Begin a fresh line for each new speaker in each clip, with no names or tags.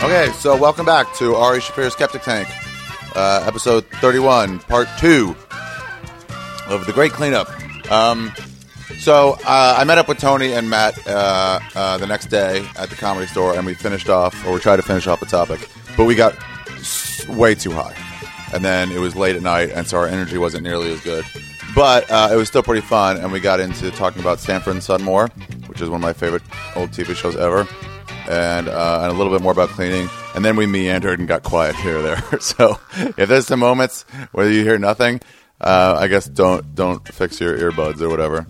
Okay, so welcome back to Ari Shafir's Skeptic Tank, uh, episode 31, part two of the Great Cleanup. Um, so uh, I met up with Tony and Matt uh, uh, the next day at the comedy store, and we finished off, or we tried to finish off the topic, but we got s- way too high, and then it was late at night, and so our energy wasn't nearly as good. But uh, it was still pretty fun, and we got into talking about Sanford and Son more, which is one of my favorite old TV shows ever, and, uh, and a little bit more about cleaning. And then we meandered and got quiet here or there. so if there's some moments where you hear nothing, uh, I guess don't don't fix your earbuds or whatever.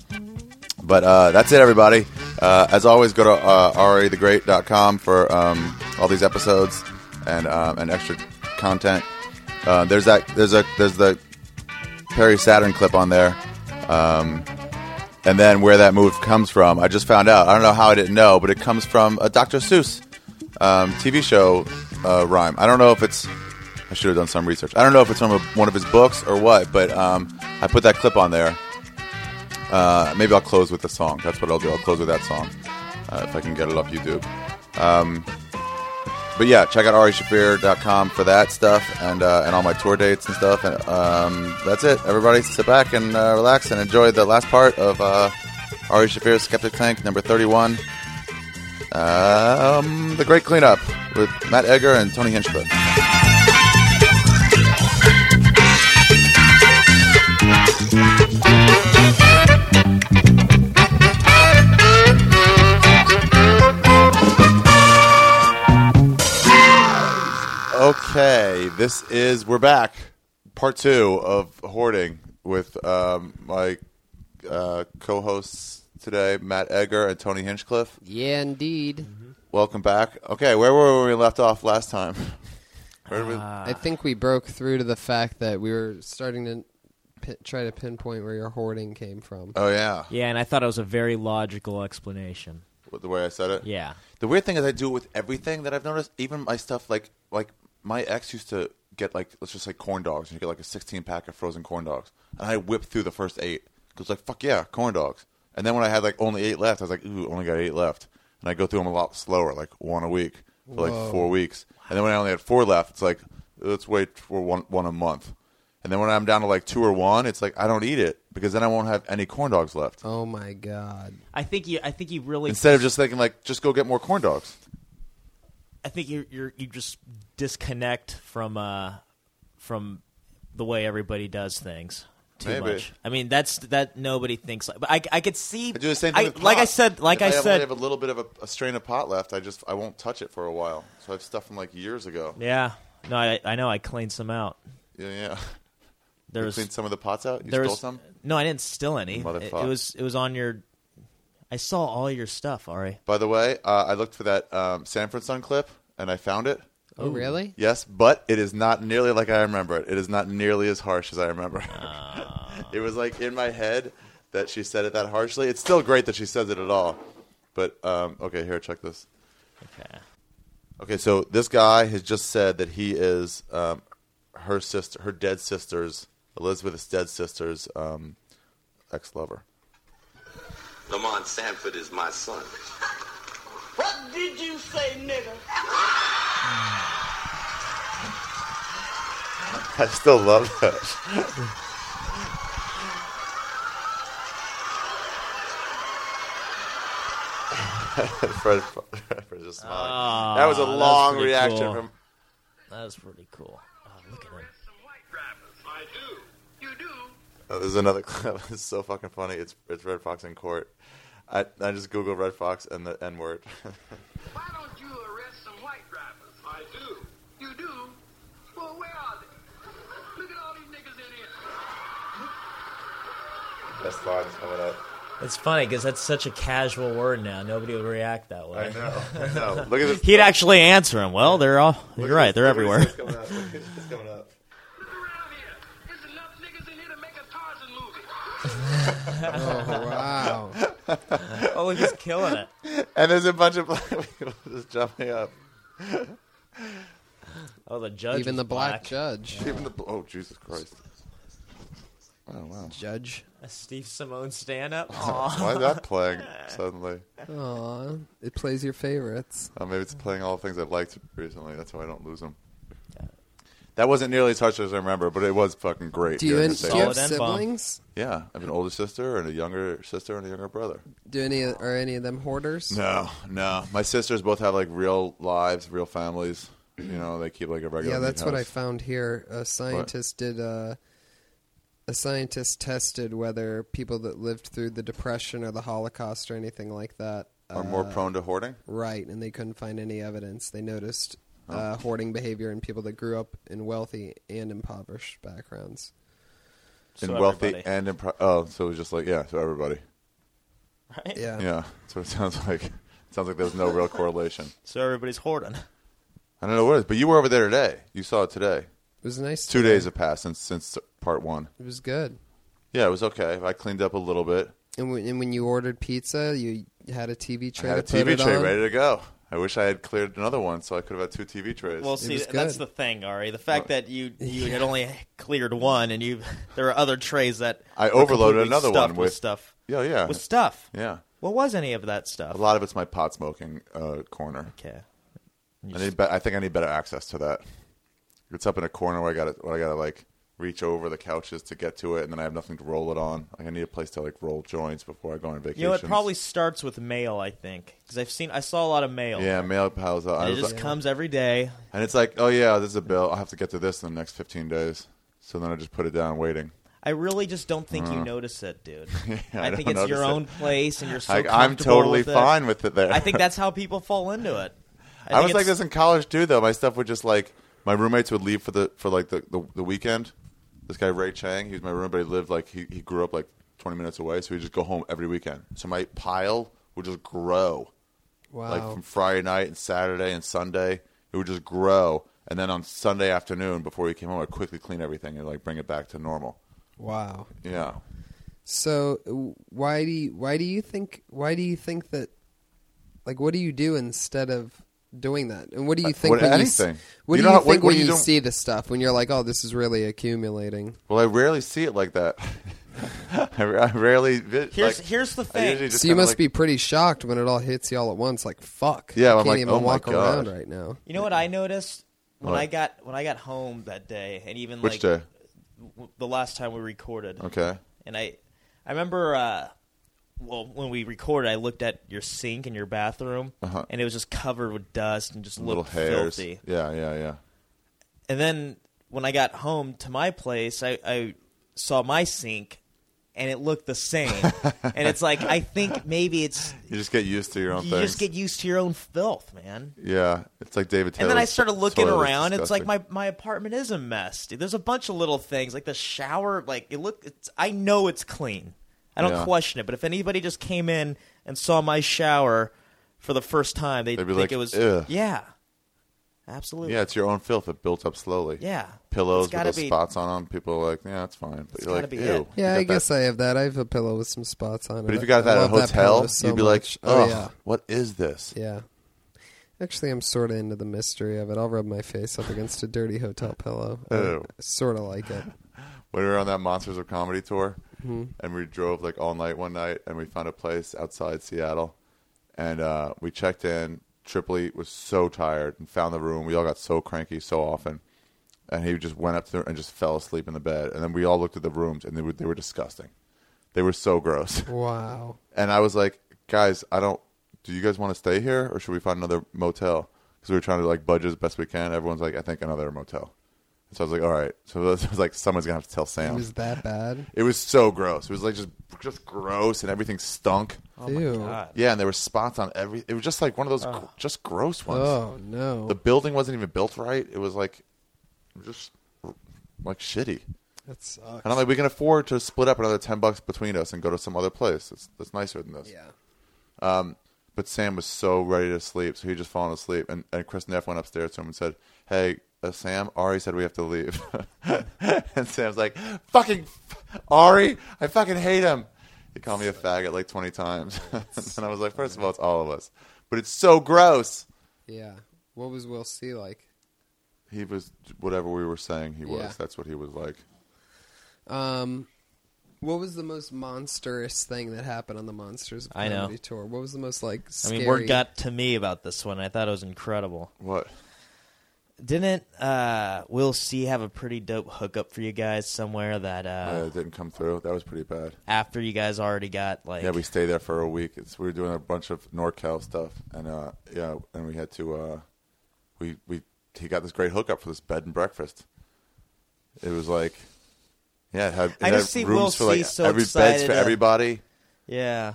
But uh, that's it, everybody. Uh, as always, go to uh, arithegreat.com for um, all these episodes and um, and extra content. Uh, there's that. There's a. There's the Perry Saturn clip on there, um, and then where that move comes from. I just found out. I don't know how I didn't know, but it comes from a Dr. Seuss um, TV show uh, rhyme. I don't know if it's. I should have done some research. I don't know if it's from a, one of his books or what, but um, I put that clip on there. Uh, maybe I'll close with the song. That's what I'll do. I'll close with that song uh, if I can get it off YouTube. Um, but yeah, check out arishafir.com for that stuff and uh, and all my tour dates and stuff. And um, that's it. Everybody, sit back and uh, relax and enjoy the last part of uh, Ari Shafir's Skeptic Tank number thirty-one. Um, the Great Cleanup with Matt Egger and Tony Hinchcliffe. Okay, this is we're back, part two of hoarding with um, my uh, co-hosts today, Matt Egger and Tony Hinchcliffe.
Yeah, indeed.
Welcome back. Okay, where were we left off last time? Where did we-
I think we broke through to the fact that we were starting to pi try to pinpoint where your hoarding came from.
oh yeah,
Yeah, and I thought it was a very logical explanation.
With the way I said it.
Yeah.
The weird thing is, I do it with everything that I've noticed. Even my stuff, like like my ex used to get like let's just say corn dogs, and you get like a sixteen pack of frozen corn dogs, and I whipped through the first eight because like fuck yeah, corn dogs. And then when I had like only eight left, I was like ooh, only got eight left, and I go through them a lot slower, like one a week for like four weeks. And then when I only had four left, it's like let's wait for one one a month. And then when I'm down to like two or one, it's like I don't eat it because then I won't have any corn dogs left.
Oh my god.
I think you. I think you really.
Instead of just thinking like just go get more corn dogs.
I think you you you just disconnect from uh from the way everybody does things too
Maybe.
much. I mean, that's that nobody thinks. Like, but I I could see.
I do the same thing.
I-
with
like
pot.
I said. Like
if
I
have
said.
only have a little bit of a, a strain of pot left. I just I won't touch it for a while. So I have stuff from like years ago.
yeah. No, I I know. I cleaned some out.
Yeah, yeah.
There
You
was
cleaned some of the pots out. You
there
stole
was
some.
no. I didn't steal any. It, it
Motherfuck.
was it was on your. I saw all your stuff, Ari.
By the way, uh, I looked for that um, Sanford Sun clip and I found it.
Oh really?
Yes, but it is not nearly like I remember it. It is not nearly as harsh as I remember. it. it was like in my head that she said it that harshly. It's still great that she says it at all. But um, okay, here, check this.
Okay.
Okay, so this guy has just said that he is um, her sister, her dead sister's Elizabeth's dead sister's um, ex lover.
Lamont Sanford is my son.
What did you say, nigga?
I still love that. Fred, Fred just smiling. that was a
was
long
Ah, pretty
reaction
cool.
from.
That was pretty cool. Oh, look at him.
I do. You do?
Oh, there's another clip. It's so fucking funny. It's it's Red Fox in court. I I just Google Red Fox and the N word.
Why don't you arrest some white drivers? I do. You do? Well, where are they? Look at all these niggas in here.
Best lines coming up.
It's funny because that's such a casual word now. Nobody would react that way.
know. I know. Look at this.
He'd actually answer him. Well, they're all. You're right. They're everywhere.
Look around here. There's enough niggas in here to make a Tarzan movie.
Oh wow.
Oh, he's killing it.
And there's a bunch of black people just jumping up.
Oh, the judge.
Even
was
the black,
black.
judge.
Even the, oh, Jesus Christ. Oh wow.
Judge.
A Steve Simone stand up.
Why is that playing suddenly?
Aw, it plays your favorites.
Oh, maybe it's playing all the things I've liked recently. That's why I don't lose them. That wasn't nearly as harsh as I remember, but it was fucking great.
Do you,
hearing
and,
it
do
say
you
that.
have
Solid and bomb.
siblings?
Yeah, I have an older sister and a younger sister and a younger brother.
Do any of- are any of them hoarders?
No, no. My sisters both have like real lives, real families. You know, they keep like a regular.
Yeah, that's
neat
what I
house.
found here. A scientist did uh, a scientist tested whether people that lived through the Depression or the Holocaust or anything like that
Are more prone to hoarding.
right, and they couldn't find any evidence. They noticed
Oh.
uh, hoarding behavior in people that grew up in wealthy and impoverished backgrounds.
in
So
wealthy
everybody.
and in pro- oh, so it was just like yeah, so everybody.
Right?
Yeah,
Yeah, that's what it sounds like. It sounds like there's no real correlation.
So everybody's hoarding.
I don't know what it is, but you were over there today. You saw it today.
it was nice.
Two
today.
days have passed since since part one.
It was good.
Yeah, it was okay. I cleaned up a little bit.
And when, and when you ordered pizza, you had a TV
I
tray.
had a
to put
TV
it
tray
on.
ready to go. I wish I had cleared another one so I could have had two TV trays.
Well, see,
was
that's
good.
the thing, Ari. The fact that you you had only cleared one, and you there are other trays that
I
were
overloaded
completely
another
stuffed
one
with
with-
stuff.
yeah, yeah,
With stuff.
yeah.
What was any of that stuff?
A lot of it's my pot smoking uh, corner.
Okay.
I need. Be- I think I need better access to that. It's up in a corner where I got to Where I got to like reach over the couches to get to it, and then I have nothing to roll it on. Like I need a place to like roll joints before I go on vacation.
You know, it probably starts with mail. I think because I've seen I saw a lot of mail.
Yeah, mail piles up. I
And it
was
just
like-
comes every day.
and it's like, oh yeah, this is a bill. I'll have to get to this in the next fifteen days. So then I just put it down, waiting.
I really just don't think you notice it, dude. I,
Hmm. I
think
don't
it's your
notice
own
it.
place, and you're so.
I, I'm
comfortable
totally
with it.
fine with it there.
I think that's how people fall into it. I,
I
think
was like
it's-
this in college too, though. My stuff would just like my roommates would leave for the for like the, the, the weekend. This guy Ray Chang, he was my roommate. He lived like he, he grew up like twenty minutes away, so he'd just go home every weekend. So my pile would just grow,
Wow.
like from Friday night and Saturday and Sunday, it would just grow. And then on Sunday afternoon, before we came home, I'd quickly clean everything and like bring it back to normal.
wow.
Yeah,
So w- why do you, why do you think why do you think that like what do you do instead of doing that? And what do you think
Uh, what-
when you
anything.
s- what
You
do
know
you
how- what-
think
what
when
you
you,
don't-
see the stuff when you're like, oh, this is really accumulating?
Well, I rarely see it like that. I, I rarely. vi-
Here's
like,
here's the
I usually
thing.
just
So you
kinda,
must
like-
be pretty shocked when it all hits you all at once. Like fuck,
Yeah,
I
I'm
can't
like,
even
oh my
walk around
God.
right now.
You know what I noticed when
What?
I got when I got home that day, and even
Which
like
day?
w- the last time we recorded.
Okay.
And I, I remember, uh, well, when we recorded, I looked at your sink in your bathroom,
Uh-huh.
and it was just covered with dust and just
little
looked
hairs.
filthy.
Yeah, yeah, yeah.
And then when I got home to my place, I, I saw my sink, and it looked the same. and it's like I think maybe it's
You just get used to your own
you
things.
just get used to your own filth, man.
yeah, it's like David Taylor.
and then I started looking around. It's like my, my apartment is a mess. Dude. There's a bunch of little things like the shower. Like it look, it's, I know it's clean. I don't
Yeah.
question it. But if anybody just came in and saw my shower for the first time, they'd,
They'd be
think
like,
it was
"Ugh."
yeah, absolutely.
Yeah, it's your own filth that built up slowly.
Yeah.
Pillows with
It's gotta
those
be-
spots on them. People are like, yeah, it's fine. But you're
gotta
like,
be
ew.
it.
you
Yeah,
got
I guess
that-
I have that. I have a pillow with some spots on it.
But if you got that
I
at a
love pillow
hotel,
so
you'd be
much.
like, oh,
oh yeah,
what is this?
yeah. Actually, I'm sort of into the mystery of it. I'll rub my face up against a dirty hotel pillow.
Ew.
Sort of like it.
When we were on that Monsters of Comedy tour, and we drove like all night one night, and we found a place outside Seattle, and uh, we checked in. Tripoli was so tired and found the room. We all got so cranky so often, and he just went up there and just fell asleep in the bed. And then we all looked at the rooms, and they were they were disgusting. They were so gross.
Wow.
And I was like, guys, I don't. Do you guys want to stay here, or should we find another motel? Because we were trying to like budget as best we can. Everyone's like, I think another motel. So I was like, all right. So I was like, someone's gonna have to tell Sam.
It was that bad.
It was so gross. It was like just just gross, and everything stunk.
Ew.
God.
Yeah, and there were spots on every. It was just like one of those gr- just gross ones.
Oh no.
The building wasn't even built right. It was like just like shitty.
that sucks.
And I'm like, we can afford to split up another ten bucks between us and go to some other place. It's that's nicer than this. Um,
yeah.
But Sam was so ready to sleep, so he just fallen asleep. And, and Chris Neff went upstairs to him and said, "Hey, uh, Sam, Ari said we have to leave." and Sam's like, "Fucking f- Ari, I fucking hate him." He called me a faggot like twenty times, and I was like, first of all, it's all of us, but it's so gross."
Yeah. What was Will C like?
He was whatever we were saying he was.
Yeah.
That's what he was like.
Um What was the most monstrous thing that happened on the Monsters of
I know.
Comedy tour? What was the most like?
I
Scary?
mean, word got to me about this one. I thought it was incredible.
What?
Didn't uh, Will C have a pretty dope hookup for you guys somewhere that uh,
Uh, it didn't come through. That was pretty bad.
after you guys already got like
Yeah, we stayed there for a week. It's, we were doing a bunch of NorCal stuff, and uh, yeah, and we had to. Uh, we we he got this great hookup for this bed and breakfast. It was like, yeah, it had, it
I
had
just see Will
rooms for like
C. so
every beds
excited uh,
for
to-
everybody.
yeah.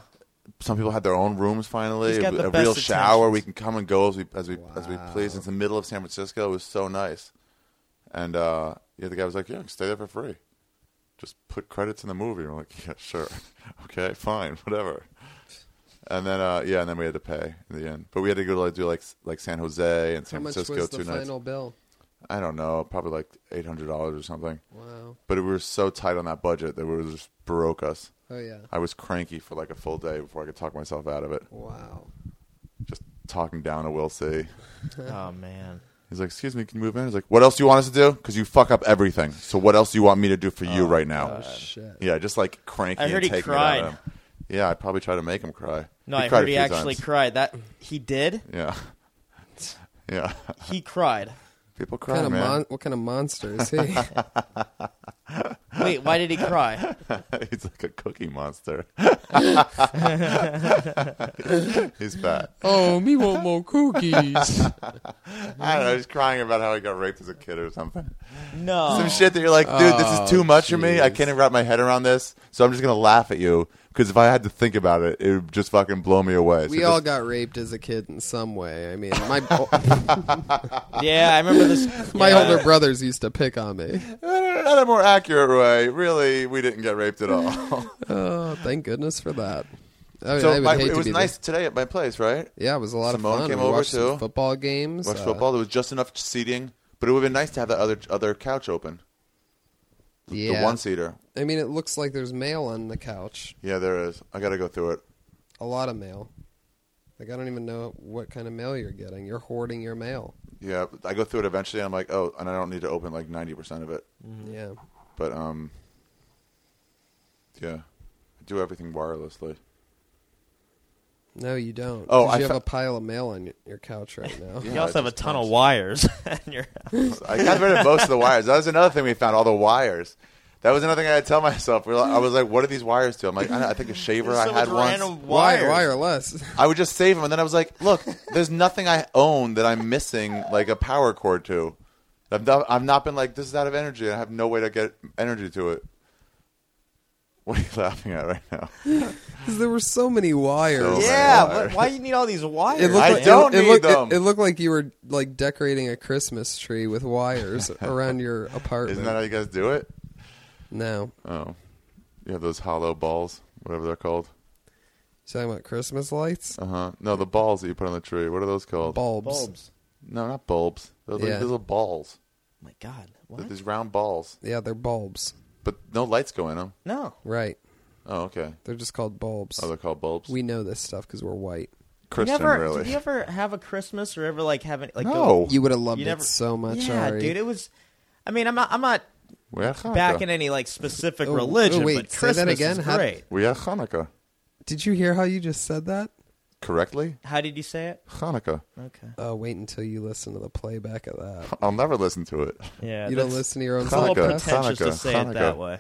Some people had their own rooms. Finally,
He's got the
a
best
real shower.
intentions.
We can come and go as we as we as we please. It's the middle of San Francisco. It was so nice, and uh, yeah, the guy was like, "Yeah, stay there for free. Just put credits in the movie." We're like, "Yeah, sure, okay, fine, whatever." And then uh, yeah, and then we had to pay in the end, but we had to go to like do like s- like San Jose and
How
San
much
Francisco
was
two
the
nights.
final bill?
I don't know, probably like eight hundred dollars or something.
Wow.
But we were so tight on that budget that we were just broke us.
Oh yeah.
I was cranky for like a full day before I could talk myself out of it
Wow.
just talking down to Will C.
Oh man.
He's like, "Excuse me, can you move in?" He's like, "What else do you want us to do? Because you fuck up everything. So what else do you want me to do for you right now?"
Oh shit.
Yeah, just like cranky.
I heard
and
he
taking it out of
cried.
him. Yeah, I probably tried to make him cry.
No, I
cried
heard
a
he
few
actually
times.
cried. That he did.
yeah, yeah.
He cried.
People cry,
What kind, of
man.
mon- what kind of monster is he?
Wait, why did he cry?
He's like a cookie monster. He's fat.
oh, me want more cookies.
I don't know. He's crying about how he got raped as a kid or something.
No.
some shit that you're like, dude, this
Oh,
is too much for me. I
jeez.
can't even wrap my head around this. So I'm just gonna laugh at you because if I had to think about it, it would just fucking blow me away. So
we
just-
all got raped as a kid in some way. I mean, my
Yeah, I remember this.
my
yeah.
older brothers used to pick on me.
not a more accurate way. Really, we didn't get raped at all.
Oh, thank goodness for that. I mean, I
so
would
my,
hate
it
to
was
be
nice today at my place, right?
The, yeah, it was a lot
Simone
of fun.
came
we
over,
watched some
too.
football games.
Watched
uh,
football. There was just enough seating, but it would have been nice to have that other other couch open,
Yeah.
the one seater.
I mean, it looks like there's mail on the couch.
Yeah, there is. I gotta go through it.
A lot of mail. Like I don't even know what kind of mail you're getting. You're hoarding your mail.
Yeah, I go through it eventually. And I'm like, oh, and I don't need to open like 90 percent of it.
Mm-hmm.
Yeah.
But um, yeah, I do everything wirelessly.
No, you don't.
Oh,
'Cause
I
you
fa-
have a pile of mail on y- your couch right now.
Yeah,
You also
I
have a
just
ton
noticed.
of wires in your house.
I got rid of most of the wires. That was another thing we found. All the wires. That was another thing I had to tell myself. We were like- I was like, "What do these wires do?" I'm like, I, don't- I think a shaver I
So
had
much
once.
random
Why
wires.
wireless?
I would just save them, and then I was like, "Look, there's nothing I own that I'm missing, like a power cord to. I've not, I've not been like this is out of energy. I have no way to get energy to it." What are you laughing at right now?
Because there were so many wires.
So many
Yeah,
wires.
but why you need all these wires?
It looked
I
like, it-
don't
it,
need
looked, it-
them.
It, looked like you were like decorating a Christmas tree with wires around your apartment.
Isn't that how you guys do it?
no,
Oh, you have those hollow balls, whatever they're called.
you talking about Christmas lights,
Uh huh. No, the balls that you put on the tree. What are those called?
bulbs.
bulbs. Oh
No, not bulbs. Those
Yeah.
like little balls.
My God,
Th-
what?
These round balls,
Yeah, they're bulbs.
but no lights go in them.
No,
Right,
Oh, okay.
they're just called bulbs.
Oh, they're called bulbs.
we know this stuff because we're white.
you
Christian,
never.
really?
Did you ever have a Christmas or ever like have any like
No.
Go,
You would have loved
you never
it so much,
Yeah,
Ari.
dude, it was. I mean, I'm not. I'm not
we have Hanukkah.
backing any like specific
Oh, oh,
religion,
wait,
but
say that
Christmas
again?
is
How-
great.
We have Hanukkah.
Did you hear how you just said that?
Correctly,
How did you say it?
Hanukkah.
Okay.
Oh, wait until you listen to the playback of that.
I'll never listen to it.
Yeah.
You don't
that's-
listen to your own
It's a little
Hanukkah,
podcast.
pretentious to
Hanukkah,
say it
Hanukkah.
that way.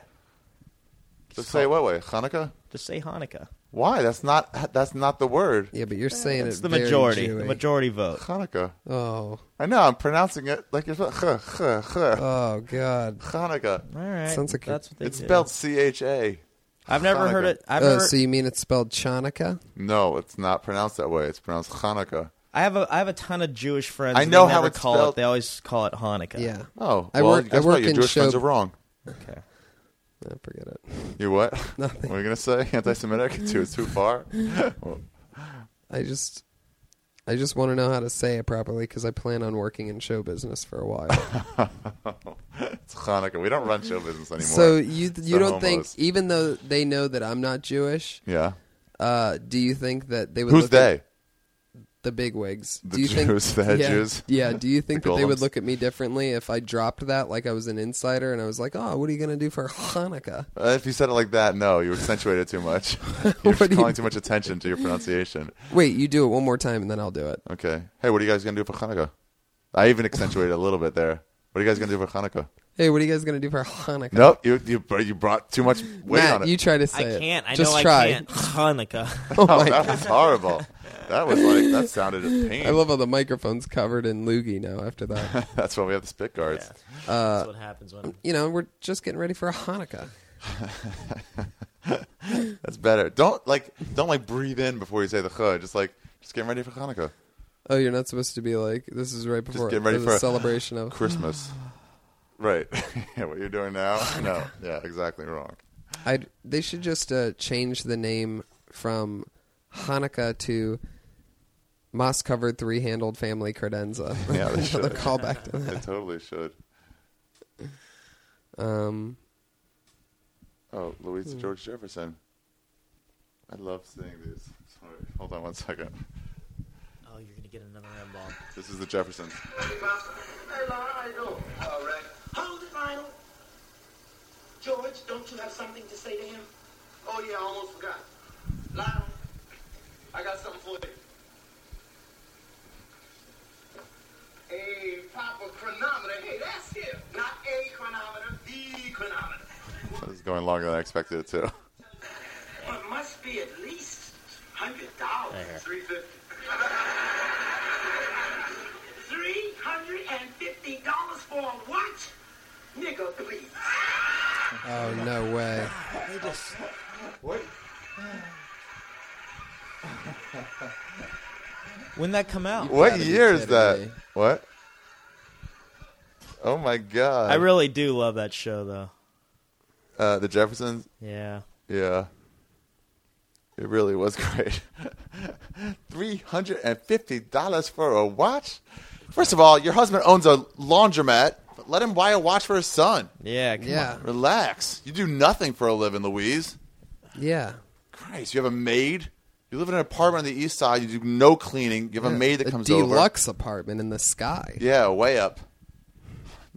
Just say it what way? Hanukkah?
Just say Hanukkah.
Why? That's not. That's not the word.
Yeah, but you're saying
It's
it
the
very
majority. The
Jewy.
majority vote.
Hanukkah.
Oh,
I know. I'm pronouncing it like you're. supposed- Huh, huh, huh.
oh God.
Hanukkah.
All right.
Sounds like
that's what they
It's
do.
spelled C H A.
I've never heard
Hanukkah.
it. I've
Oh,
never,
so you mean it's spelled Chanukah?
No, it's not pronounced that way. It's pronounced Hanukkah.
I have a I have a ton of Jewish friends.
I
and
know
they
how
never
it's
call
spelled.
it. They always call it Hanukkah.
Yeah.
Oh,
I
well,
work-
you
I
guys
work
your
in
Jewish friends
show-
are wrong.
Okay.
No, forget it.
You what?
Nothing.
What are you gonna say? Anti-Semitic? It's too, it's too far. Well,
I just, I just want to know how to say it properly because I plan on working in show business for a while.
it's Hanukkah. We don't run show business anymore.
so you you
For
don't think
homos.
even though they know that I'm not Jewish,
yeah.
uh, do you think that they would?
Who's
look at-
they?
the big wigs.
The Jews, the head
yeah,
Jews.
Yeah. Do you think
The
that they would
golems.
look at me differently if I dropped that like I was an insider and I was like, "Oh, what are you gonna do for Hanukkah?"
Uh, if you said it like that, no, you accentuated too much. You're
What do you
calling too much attention to your pronunciation.
Wait, you do it one more time and then I'll do it.
Okay. Hey, what are you guys gonna do for Hanukkah? I even accentuated a little bit there. What are you guys gonna do for Hanukkah?
Hey, what are you guys gonna do for Hanukkah?
Nope, you you, you brought too much weight
Matt,
on it.
you try to say
I
it.
can't. I
Just
know
try.
I can't. Hanukkah.
Oh
oh,
my
that was horrible. That was like that sounded a pain.
I love how the microphone's covered in loogie now after that.
That's why we have the spit
Uh,
guards.
That's what happens when.
you know, we're just getting ready for a Hanukkah.
That's better. Don't like don't like breathe in before you say the chud. Just like just getting ready for Hanukkah,
Oh, you're not supposed to be like this is right before
get ready
there's
for
a
a-
celebration of
Christmas. right. yeah, what you're doing now? No. Yeah, exactly wrong.
I they should just uh, change the name from Hanukkah to Moss covered three handled family credenza.
Yeah, they
another
should.
callback to
I
that.
totally should.
Um,
Oh,
Hmm.
Louisa George Jefferson. I love seeing these. Sorry. Hold on one second.
Oh, you're gonna get another M
This is the Jefferson.
Hey, Laura, how you doing?
All right.
How's the final? George, don't you have something to say to him?
Oh, yeah, I almost forgot. Lionel, I got something for you. A proper chronometer. Hey, that's it. Not a chronometer, the chronometer.
This is going longer than I expected it to.
Well, it must be at least hundred dollars.
350.
Three hundred and fifty dollars for a watch? Nigga, please.
oh no way!
When that come out?
What
gotta be
year is
kidding
that?
me.
What? Oh my god.
I really do love that show, though.
uh, the Jeffersons.
Yeah.
Yeah. It really was great. $350 for a watch? First of all, your husband owns a laundromat. Let him buy a watch for his son.
Yeah. Come
Yeah,
Relax. You do nothing for a living, Louise.
yeah.
Christ, you have a maid? You live in an apartment on the east side. You do no cleaning. You have a maid that
a
comes over.
deluxe apartment in the sky.
Yeah, way up.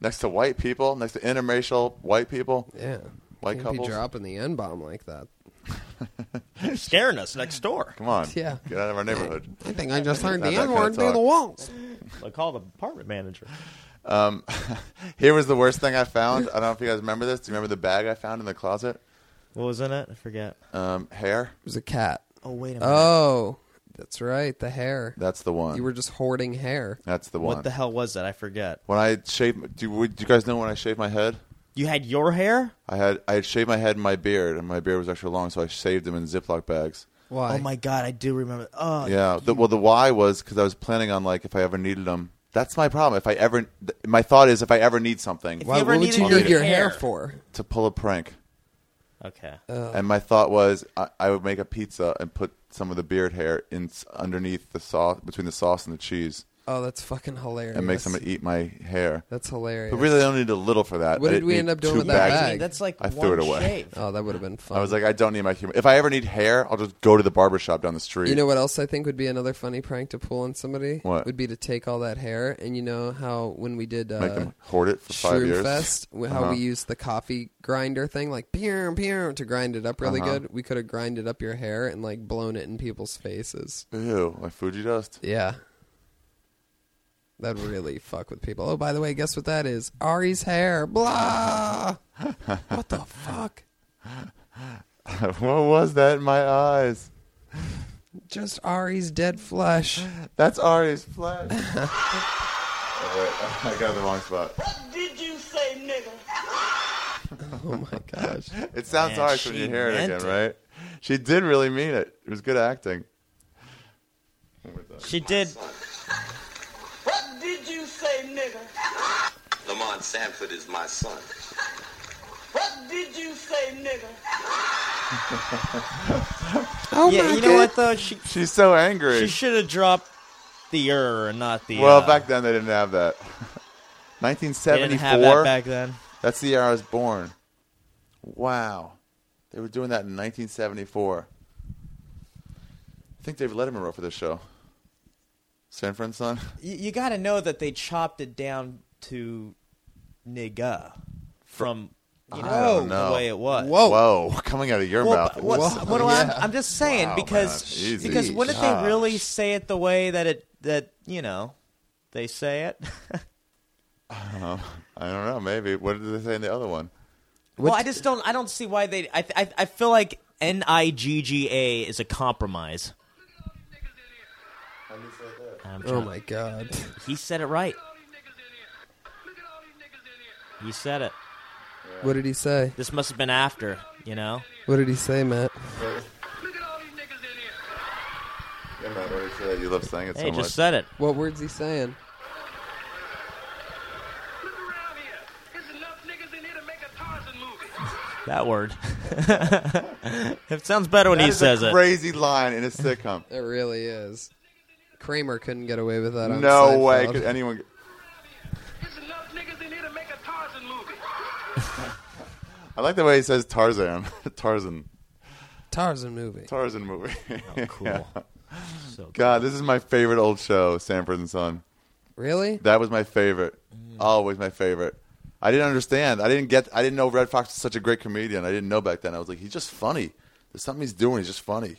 Next to white people, next to interracial white people.
Yeah,
White
Can't
couples.
be dropping the n bomb like that.
on. You're scaring us next door.
Come on.
Yeah.
Get out of our neighborhood.
I think I just heard
Not
the
that
N
kinda
word through
talk.
the walls.
Like call the apartment manager.
Here was the worst thing I found. I don't know if you guys remember this. Do you remember the bag I found in the closet?
What was in it? I forget.
Um, hair.
It was a cat.
Oh wait a minute.
Oh, that's right. The hair.
That's the one.
You were just hoarding hair.
That's the one.
what the hell was that? I forget.
when I shaved, do, would- do you guys know when I shaved my head?
You had your hair?
I had I had shaved my head and my beard, and my beard was extra long, so I saved them in Ziploc bags.
Why?
Oh my god, I do remember. Oh
Yeah. The, well, the why was because I was planning on like if I ever needed them. That's my problem. If I ever, th- my thought is if I ever need something
If
Why,
ever
what would
needed
you
your
need your hair,
hair.
for?
to pull a prank,
Okay.
and my thought was I, I would make a pizza and put some of the beard hair in s- underneath the sauce between the sauce and the cheese,
Oh, that's fucking hilarious.
and make someone eat my hair.
That's hilarious.
But really, I don't need a little for that.
What
I
did
didn't
we
need
end up doing
two
with that
bags.
bag?
That's like
I
one
threw it away.
shave.
oh, that would have been fun.
I was like, I don't need my humor. If I ever need hair, I'll just go to the barber shop down the street.
you know what else I think would be another funny prank to pull on somebody?
What?
Would be to take all that hair and you know how when we did
Make
uh,
them hoard it for five
Shroom
years.
Fest, wh- how
Uh-huh.
we used the coffee grinder thing, like pew pew to grind it up really
Uh-huh.
good. We could have grinded up your hair and like blown it in people's faces.
Ew, like Fuji dust.
Yeah. That'd really fuck with people. Oh, by the way, guess what that is? Ari's hair. Blah. what the fuck?
what was that in my eyes?
Just Ari's dead flesh.
That's Ari's flesh. oh, wait, I got the wrong spot.
What did you say, nigga?
Oh my gosh.
It sounds
Man,
harsh when
she
you hear it
meant
again,
it.
right? She did really mean it. It was good acting.
She did.
What did you say, nigga?
Lamont Sanford is my son.
What did you say, nigga?
Oh
yeah,
my
you know what though? She
She's so angry.
she should have dropped the er and not the
well,
uh,
back then they didn't have that.
they
1974.
didn't have that back then.
That's the year I was born. Wow. They were doing that in 1974. I think David Letterman wrote for this show. San Fran son.
You, you got to know that they chopped it down to nigga from you know,
don't know.
the way it was.
Whoa.
Whoa, coming out of your
Well,
mouth.
but what-
Whoa,
what do I-
yeah.
I'm just saying
Wow,
because
man, easy.
because wouldn't
Gosh.
they really say it the way that it that you know they say it?
Uh, I don't know. Maybe. What did they say in the other one?
well, I just don't I don't see why they I I, I feel like N I G G A is a compromise.
Look at all these niggas in here.
I'm
Oh
trying-
my god.
He said it right.
Look at all these niggas in here. Look at all these niggas in here.
He said it.
What did he say?
This must have been after, you know.
What did he say, Matt?
Look at all these niggas in here.
Yeah, Matt, what did he say? You love saying it
Hey,
so
just
much.
said it.
What words he saying?
Look around here. There's enough niggas in here to make a Tarzan movie.
That word. it sounds better when
That
he
is
says
a
it.
crazy line in a sitcom.
It really is. Kramer couldn't get away with that. On
no way
Seinfeld.
could anyone.
There's enough niggas in here to make a Tarzan movie.
I like the way he says Tarzan. Tarzan.
Tarzan movie.
Tarzan movie.
Oh, cool. So
God, this is my favorite old show, Sanford and Son.
Really?
That was my favorite. Always my favorite. I didn't understand. I didn't get. I didn't know Red Fox was such a great comedian. I didn't know back then. I was like, he's just funny. There's something he's doing. He's just funny.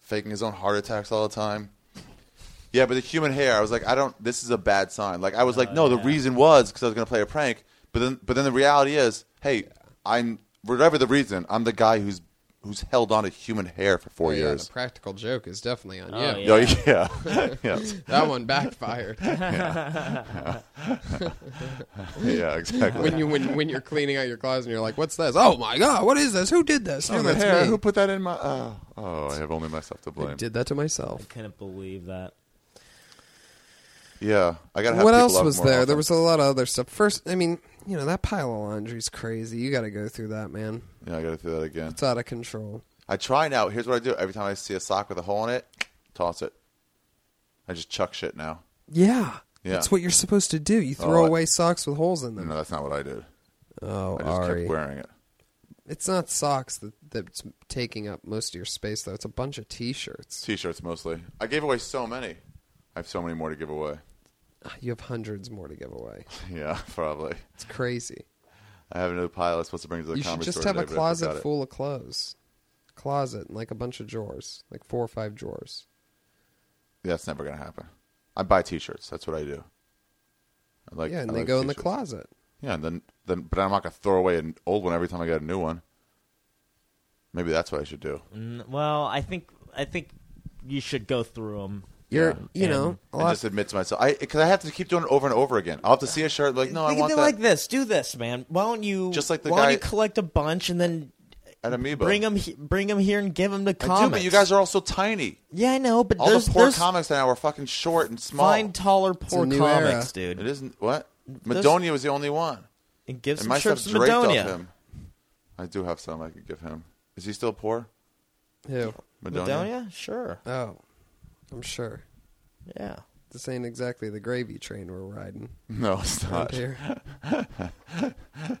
Faking his own heart attacks all the time. Yeah, but the human hair. I was like, I don't. This is a bad sign. Like I was
Oh,
like, no. The reason was because I was going to play a prank. But then, but then the reality is, hey, I'm whatever the reason. I'm the guy who's who's held on to human hair for four
Yeah, the
years.
practical joke is definitely on you.
Oh, yeah.
Oh, yeah. yeah.
That one backfired.
Yeah. Exactly.
when you when when you're cleaning out your closet and you're like, "What's this? Oh my god, what is this? Who did this?
Oh,
No,
the
that's
hair.
me.
Who put that in my? Oh, oh, I have only myself to blame.
did that to myself."
couldn't believe that.
yeah, I gotta. Have
What
people
else
up
was
more
there?
often.
There was a lot of other stuff. First, I mean, you know, that pile of laundry's crazy. You got to go through that, man.
Yeah, I gotta do that again.
It's out of control.
I try now. Here's what I do: every time I see a sock with a hole in it, toss it. I just chuck shit now.
Yeah.
Yeah.
That's what you're supposed to do. You throw
Oh, I-
away socks with holes in them.
No, that's not what I did.
Oh,
I just
Ari.
kept wearing it.
It's not socks that, that's taking up most of your space, though. It's a bunch of T-shirts.
T-shirts mostly. I gave away so many. I have so many more to give away.
You have hundreds more to give away.
Yeah, probably.
It's crazy.
I have another pile I was supposed to bring to the
You should
comedy
just
store
have a
today, but I forgot
closet
it.
full of clothes. Closet and like a bunch of drawers, like four or five drawers.
That's never gonna happen. I buy T-shirts. That's what I do. I like.
yeah, and
I
they
like
go in the
t-shirts.
closet.
Yeah, and then then but I'm not gonna throw away an old one every time I get a new one. Maybe that's what I should do.
Mm, Well, I think I think you should go through them.
You're,
Yeah.
you know,
And-
a
I
lot.
just admit to myself, I because I have to keep doing it over and over again. I'll have to see a shirt like, no, I
Think of
want
it
that
like this. Do this, man. Why don't you
Just like the
why don't
guy-
you collect a bunch and then
at Amoeba.
bring them bring 'em here and give them to
I
comics?
do, but you guys are all so tiny.
yeah, I know, but
All
there's,
the poor
there's
comics now are fucking short and small.
find taller poor
new
comics,
it
dude,
isn't what Madonia was the only one,
and give
and
some
my
shirts
stuff's
to
draped off
Madonia.
him. I do have some I could give him. Is he still poor,
Who?
Madonia?
Madonia, sure,
Oh, I'm sure.
yeah.
This ain't exactly the gravy train we're riding.
No, it's
around
not.
here.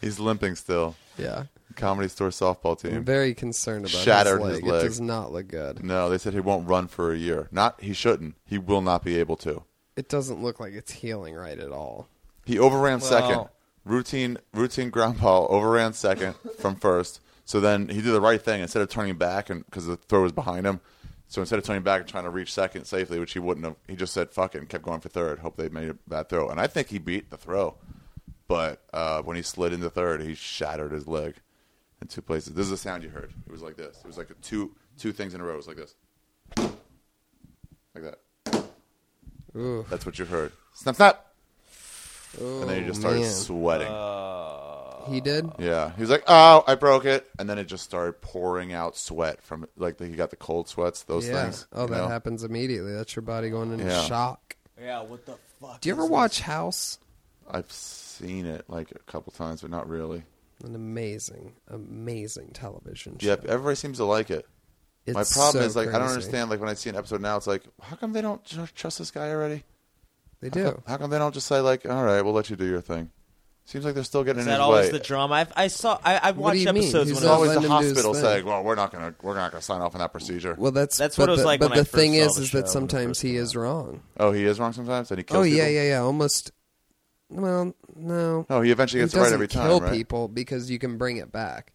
He's limping still.
Yeah,
Comedy store softball
I'm
team.
very concerned about
Shattered
his
his
leg.
leg.
It does not look good.
No, they said he won't run for a year. Not he shouldn't. He will not be able to.
It doesn't look like it's healing right at all.
He overran
Well-
second. Routine routine ground ball overran second from first. So then he did the right thing instead of turning back and because the throw was behind him. So instead of turning back and trying to reach second safely, which he wouldn't have, he just said "fuck it" and kept going for third. Hope they made that throw, and I think he beat the throw. But uh, when he slid into third, he shattered his leg in two places. This is the sound you heard. It was like this. It was like the two two things in a row. It was like this, like that.
Ooh,
That's what you heard. Snap, snap,
oh,
and then he just uh, started
man.
sweating.
Uh,
he did.
Yeah, he was like, "Oh, I broke it," and then it just started pouring out sweat from like he got the cold sweats, those
yeah.
things.
oh,
you
that
know?
happens immediately. That's your body going into
Yeah.
shock.
Yeah, what the fuck?
Do you ever watch House?
I've seen it like a couple times, but not really.
An amazing, amazing television show.
Yep, everybody seems to like it.
It's
My problem
so
is like I don't
crazy.
understand. Like when I see an episode now, it's like, how come they don't tr- trust this guy already?
They
How
do.
come, how come they don't just say like, "All right, we'll let you do your thing"? Seems like they're still getting
Is
in
that
his
always
way.
the drama? I've, I saw. I, I've
What do
watched
you mean?
episodes
He's
It's
when
not
I was
always the
letting him do his
hospital
thing.
saying, "Well, we're not gonna, we're not gonna sign off on that procedure."
Well, that's
That's
but
what it was
the,
like
But
when I
the thing
first saw
is,
the
is
show
that
the
sometimes
first
he
time.
is wrong.
oh, he is wrong sometimes, and he kills.
Oh yeah,
people?
yeah, yeah. Almost. Well, no.
No, he eventually
It
gets it
doesn't
right every time,
kill
right?
people because you can bring it back.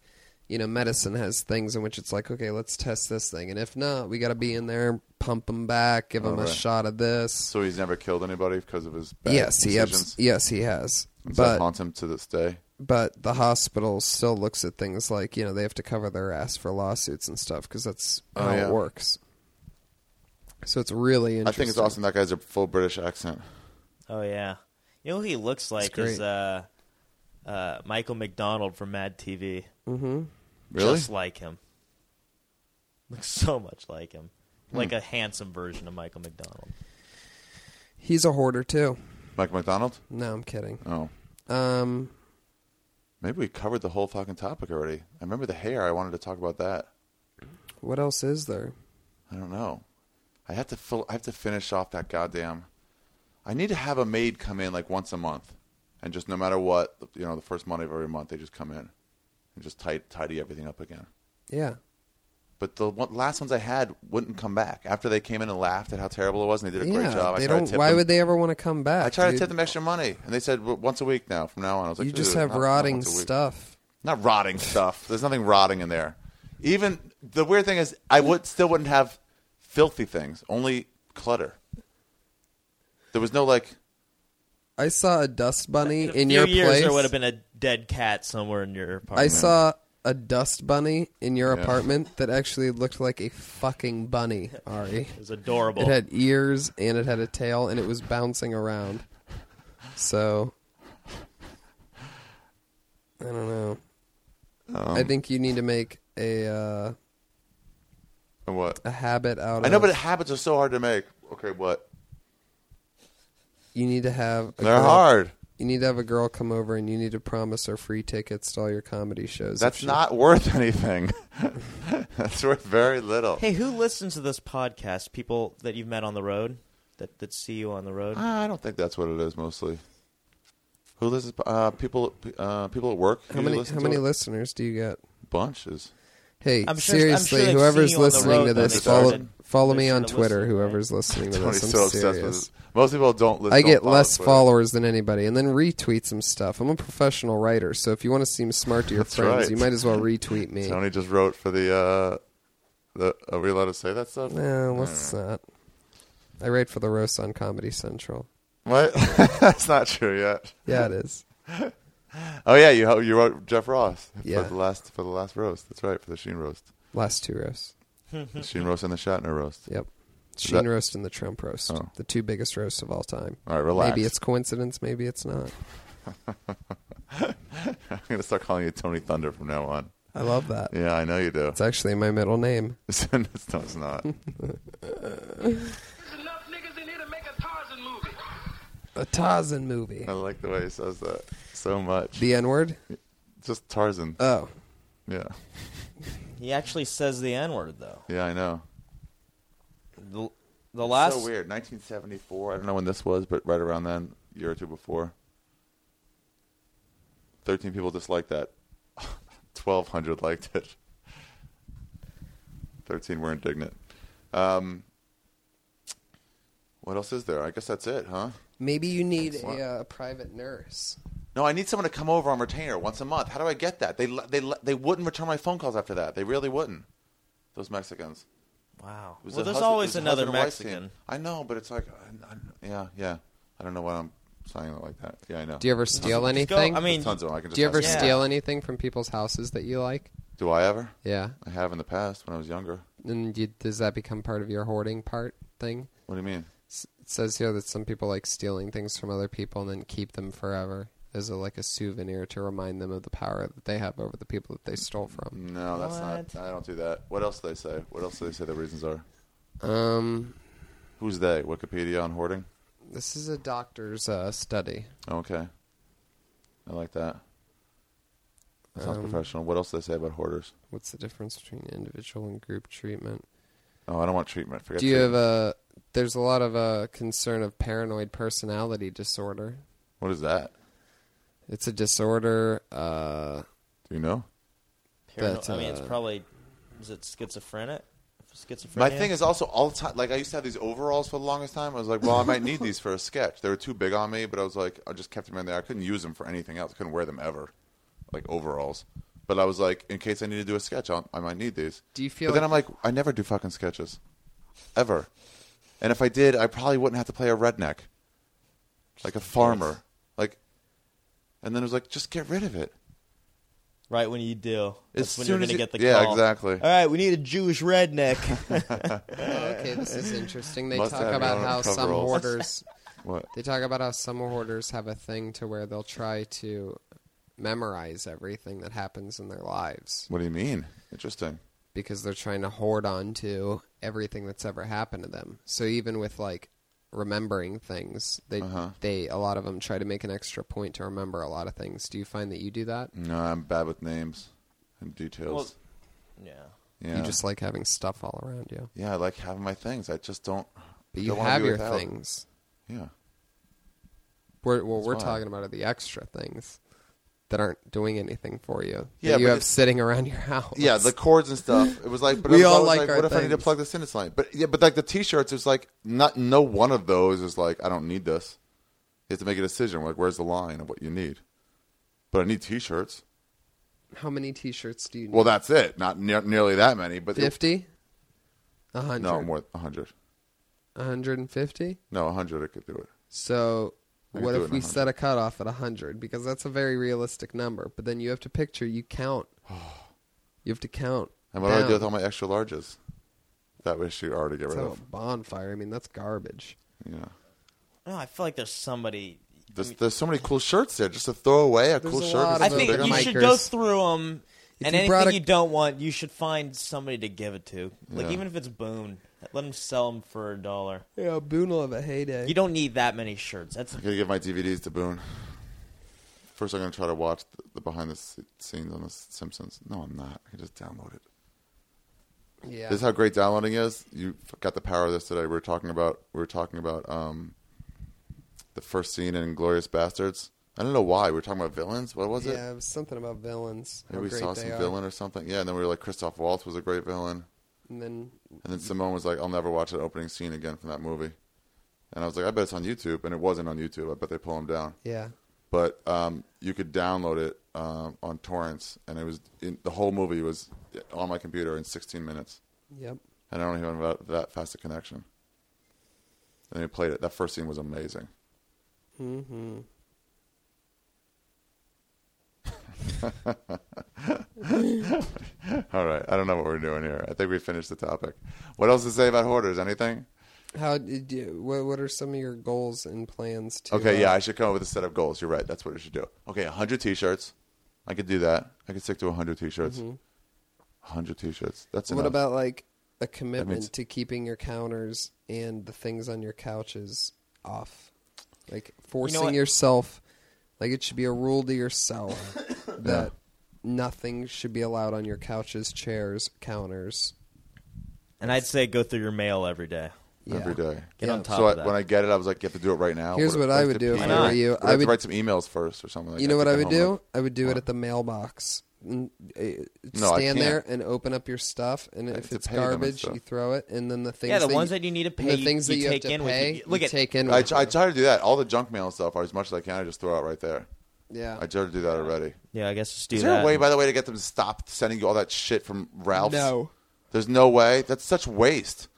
You know, medicine has things in which it's like, okay, let's test this thing, and if not, we got to be in there, pump them back, give them
Oh, right.
a shot of this.
So he's never killed anybody because of his bad
yes, he
decisions.
abs- yes he has,
And so that
but
haunts him to this day.
but the hospital still looks at things like you know they have to cover their ass for lawsuits and stuff because that's
Oh,
how
yeah.
it works. So it's really interesting.
I think it's awesome that guy's a full British accent.
Oh yeah, you know who he looks like
great.
is uh, uh, Michael McDonald from Mad TV.
Really?
Just like him. Looks so much like him.
Hmm.
Like a handsome version of Michael McDonald.
He's a hoarder too.
Mike McDonald?
No, I'm kidding.
Oh.
Um,
Maybe we covered the whole fucking topic already. I remember the hair. I wanted to talk about that.
what else is there?
I don't know. I have to fill, I have to finish off that goddamn. I need to have a maid come in like once a month, and just no matter what, you know, the first Monday of every month they just come in and just tight, tidy everything up again.
Yeah,
But the one, last ones I had wouldn't come back after they came in and laughed at how terrible it was, and they did a
yeah.
great job. I
They
tried to
don't.
tip
Why
them-
would they ever want to come back?
I tried to
dude?
tip them extra money, and they said well, once a week now. From now on, I was like,
You just
"Dude,
have
not- not
rotting
once a week."
stuff.
Not rotting stuff. There's nothing rotting in there. Even the weird thing is, I would still wouldn't have filthy things. Only clutter. There was no like.
I saw a dust bunny
In, a
in
few
your
years,
place.
there would have been a dead cat somewhere in your
I
apartment.
saw a dust bunny in your
Yeah.
apartment that actually looked like a fucking bunny, Ari.
It was adorable.
It had ears and it had a tail and it was bouncing around. So I don't know. I
Um,
think you need to make a uh,
What?
a habit out of
I know, but habits are so hard to make. Okay, what?
you need to have a
They're
girl-
hard.
You need to have a girl come over and you need to promise her free tickets to all your comedy shows.
That's
if she-
not worth anything. That's worth very little.
hey, who listens to this podcast? People that you've met on the road? That, that see you on the road?
Ah, I don't think that's what it is mostly. Who listens? Uh, people, uh, people at work.
How
usually
many
listen
how
to
many
it?
listeners do you get?
Bunches.
Hey,
I'm sure- I'm sure
seriously,
they've seen
whoever's
you on the
listening
road
to
when
this,
they
follow
started.
follow
They
me
should
on
have
Twitter.
listened,
whoever's listening to
Tony's
this, I'm
so obsessed with
serious.
it. Most people don't listen.
I get less followers than anybody, and then retweets some stuff. I'm a professional writer, so if you want to seem smart to your
That's
friends,
right.
you might as well retweet me.
Tony just wrote for the. Uh, the are we allowed to say that stuff?
No, let's not. I write for the roast on Comedy Central.
What? That's not true yet.
Yeah, it is.
Oh yeah, you you wrote Jeff Ross
Yeah.
for the last for the last roast. That's right for the Sheen roast,
Last two roasts.
the Sheen roast and the Shatner roast.
Yep. Sheen
that-
roast and the Trump roast,
Oh.
the two biggest roasts of all time.
All right, relax.
Maybe it's coincidence. Maybe it's not.
I'm gonna start calling you Tony Thunder from now on.
I love that.
Yeah, I know you do.
It's actually my middle name.
no, it's not.
There's enough niggas in here to make a Tarzan movie.
A Tarzan movie.
I like the way he says that so much.
The N word?
Just Tarzan.
Oh.
yeah,
He actually says the N word, though.
yeah, I know.
The, the last.
So weird. 1974. I don't know when this was, but right around then, year or two before. 13 people disliked that. 1,200 liked it. 13 were indignant. Um, what else is there? I guess that's it, huh?
Maybe you need
What?
a uh, private nurse.
No, I need someone to come over on retainer once a month. How do I get that? They le- they le- they wouldn't return my phone calls after that. They really wouldn't. Those Mexicans.
Wow.
It was
Well,
a
there's
husband- it
always
was a
another
husband and wife team.
Mexican.
I know, but it's like, I, I, yeah, yeah. I don't know why I'm saying it like that. Yeah, I know.
Do you ever steal
Just go-
anything?
I mean,
Tons of them. I can just
do you ever
ask them.
steal anything from people's houses that you like?
Do I ever?
Yeah.
I have in the past when I was younger.
And you, does that become part of your hoarding part thing?
What do you mean?
S- It says here that some people like stealing things from other people and then keep them forever as a, like a souvenir to remind them of the power that they have over the people that they stole from.
No, that's
What?
not. I don't do that. What else do they say? What else do they say the reasons are?
Um,
Who's they? Wikipedia on hoarding?
this is a doctor's uh, study.
Okay. I like that. That sounds
Um,
professional. What else do they say about hoarders?
What's the difference between individual and group treatment?
Oh, I don't want treatment. Forget
Do you have
treatment.
a? There's a uh, lot of uh, concern of paranoid personality disorder.
what is that?
It's a disorder. Uh,
Do you know?
Parano-
But,
I mean, it's
uh,
probably is it schizophrenic? Schizophrenia.
My thing is also all the time. Like I used to have these overalls for the longest time. I was like, well, I might need these for a sketch. They were too big on me, but I was like, I just kept them in there. I couldn't use them for anything else. I couldn't wear them ever, like overalls. But I was like, in case I need to do a sketch, I'll, I might need these.
Do you feel
But then I'm like, I never do fucking sketches, ever. And if I did, I probably wouldn't have to play a redneck, like a farmer, like. And then it was like, just get rid of it.
right when you do. That's
As
when
soon
you're
as
gonna
you-
get the
yeah,
call.
exactly.
All right, we need a Jewish redneck.
oh, okay, this is interesting. They
Must
talk
have
about
your own
how some
coveralls.
hoarders.
What?
They talk about how some hoarders have a thing to where they'll try to memorize everything that happens in their lives
What do you mean? Interesting.
because they're trying to hoard onto everything that's ever happened to them. So even with like remembering things, they
Uh-huh.
they a lot of them try to make an extra point to remember a lot of things. Do you find that you do that?
No, I'm bad with names and details.
yeah.
yeah.
You just like having stuff all around you.
Yeah, I like having my things. I just don't. I
But you
don't wanna
have
be
your
without.
things.
Yeah.
We're, well, we're
why.
talking about are the extra things that aren't doing anything for you.
Yeah,
that you
but
have
it's-
sitting around your house.
Yeah, the cords and stuff. It was like, but it
We
was
all
always
like
like,
our
what if I need to
things.
plug this in? It's like, but yeah, but like the t-shirts, it's like not no one of those is like I don't need this. You have to make a decision. Like, where's the line of what you need? But I need t-shirts.
How many T-shirts do you need?
Well, that's it. Not ne- nearly that many, but it-
fifty. A hundred.
no more hundred.
hundred and fifty.
No, hundred. I could do it.
So
I could
what
do it
if
in
we
100.
set a cutoff at hundred? Because that's a very realistic number. But then you have to picture you count. You have to count.
And what do I do
down.
with all my extra larges? That wish you already get
Let's
rid
have a
of.
bonfire. I mean, that's garbage.
Yeah.
No, I feel like there's somebody.
There's, there's so many cool shirts there. Just to throw away a
There's
cool
a
shirt. is
lot of
I
so
them.
think
big on
you
my-
should
Micers.
go through them,
If
and
you brought
anything
a-
you don't want, you should find somebody to give it to. Like
Yeah.
even if it's Boone, let him sell them for a dollar.
Yeah, Boone will have a heyday.
You don't need that many shirts. That's
I'm gonna give my DVDs to Boone. First, I'm gonna try to watch the, the behind the s- scenes on The Simpsons. No, I'm not. I can just download it.
yeah.
This is how great downloading is. You f- got the power of this today. We were talking about we were talking about um, the first scene in Glorious Bastards. I don't know why we were talking about villains. What was
yeah,
it?
it was something about villains. how
Maybe we
great
saw
they
some
are.
villain or something. Yeah, and then we were like, Christoph Waltz was a great villain.
And then
And then Simone was like, I'll never watch that opening scene again from that movie. And I was like, I bet it's on YouTube. And it wasn't on YouTube. I bet they pull him down.
yeah.
but um, you could download it um, on torrents, and it was in, the whole movie was on my computer in 16 minutes,
Yep.
and I don't even have that, that fast a connection. And we played it. That first scene was amazing. Mm-hmm. All right, I don't know what we're doing here. I think we finished the topic. What else to say about hoarders? Anything?
How did you? What, what are some of your goals and plans to?
Okay, yeah,
uh,
I should come up with a set of goals. You're right. That's what I should do. Okay, 100 t-shirts. I could do that. I could stick to 100 t-shirts. 100 t-shirts. That's
Mm-hmm. what
enough.
about like a commitment
means-
to keeping your counters and the things on your couches off, like forcing
what?
yourself? Like it should be a rule to yourself that nothing should be allowed on your couches, chairs, counters.
and I'd say go through your mail every day.
Yeah.
every day?
Get on top
so
of
I,
that.
when I get it, I was like, you have to do it right now.
Here's what I
if
would
have
do
to
if
pee?
I were
What
you.
if
I
have to
would-
write some emails first or something. Like
You
that
know what
to
I
get
would
home
do?
with.
I would do it at the mailbox. N- eh,
No, I
Stand there
can't.
and open up your stuff, and if
have to
it's
pay them and
garbage,
stuff.
you throw it, and then the things
Yeah, the
that
ones
you,
that you need
and
to pay,
the things
you,
that you
take
have to
in
pay,
with you. Look
you
at
take in.
I,
with
I
you.
try to do that. All the junk mail and stuff, or as much as I can, I just throw out right there.
yeah.
I try to do that already.
yeah, I guess just do
Is
that.
there a way, by the way, to get them to stop sending you all that shit from Ralph's?
No.
There's no way. That's such waste.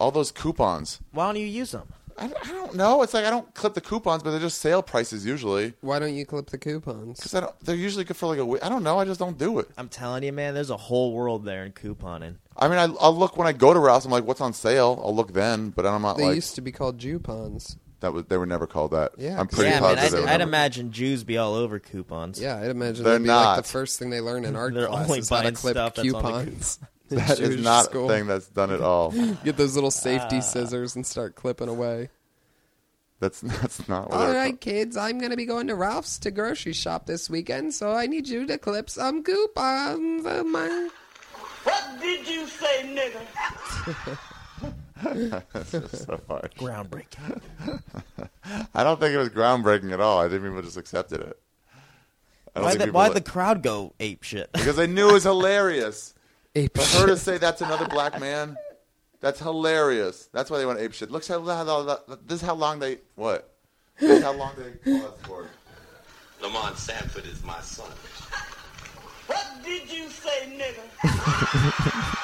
All those coupons.
Why don't you use them?
I, I don't know. It's like I don't clip the coupons, but they're just sale prices usually.
Why don't you clip the coupons?
Because I don't, they're usually good for like a week. I don't know. I just don't do it.
I'm telling you, man, there's a whole world there in couponing.
I mean, I, I'll look when I go to Ralph's. I'm like, what's on sale? I'll look then, but I'm not
They
like
used to be called Jupons.
that. Was they were never called that.
Yeah,
I'm
exactly.
pretty
yeah, man,
positive.
I'd,
they were
I'd
never-
imagine Jews be all over coupons.
Yeah, I'd imagine
They're
that'd be like
not.
the first thing they learn in art
They're
class
only
is how to
buying
clip
stuff that's on the
coupons.
that is
Jewish
not
school.
a thing that's done at all.
Get those little safety scissors and start clipping away.
That's that's not. What
All
they're
right, kids, I'm going to be going to Ralph's to grocery shop this weekend, so I need you to clip some coupons. of mine.
What did you say, nigga?
called. so hard.
Groundbreaking.
I don't think it was groundbreaking at all. I think people just accepted it. I don't
Why
think
the,
people
why
li-
the crowd go ape shit?
because they knew it was hilarious.
Ape
For her to
shit.
say that's another black man, that's hilarious. That's why they went ape shit. Look how, how this is how long they what? This is how long they paused for.
Lamont Sanford is my son.
What did you say, nigga?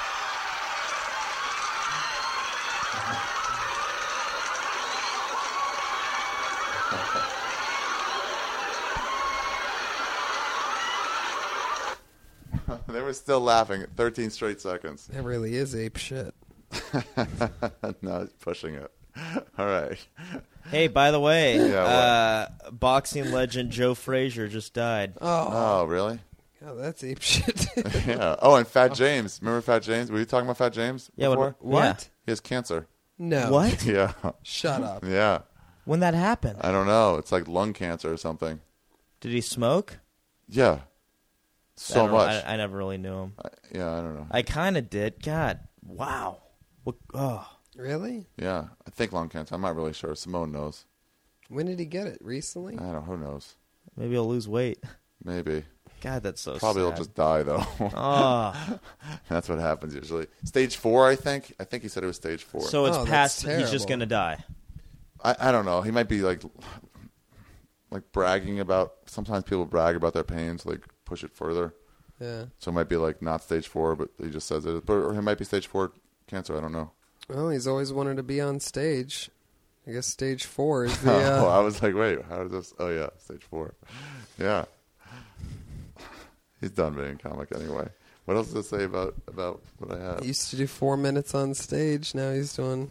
They were still laughing at 13 straight seconds.
It really is ape shit.
no, it's pushing it. All right.
hey, by the way,
Yeah,
uh, boxing legend Joe Frazier just died.
Oh, really?
Oh, that's ape shit.
Yeah. Oh, and Fat James. Remember Fat James? Were you talking about Fat James?
yeah, when,
before?
what? Oh.
He has cancer.
No.
yeah. What?
Yeah.
Shut up.
Yeah.
When that happened?
I don't know. It's like lung cancer or something.
Did he smoke?
Yeah.
I
So
don't know.
much.
I, I never really knew him.
yeah, I don't know.
I kind of did. God, wow. What, oh.
Really?
yeah. I think lung cancer. I'm not really sure. Simone knows.
When did he get it? Recently?
I don't know. Who knows?
Maybe I'll lose weight.
Maybe.
God, that's so
Probably
sad.
he'll just die, though.
Oh,
That's what happens usually. Stage four, I think. I think he said it was stage four.
so it's
Oh, that's
past. He's just
terrible.
gonna die.
I, I don't know. He might be like like bragging about. Sometimes people brag about their pain to like push it further.
Yeah.
So it might be like not stage four, but he just says it. But or it might be stage four cancer. I don't know.
Well, he's always wanted to be on stage. I guess stage four is the.
Oh,
Uh,
I was like, wait, how does this? Oh yeah, stage four. Yeah. He's done being comic anyway. What else does it say about about what I have?
he used to do four minutes on stage. Now he's doing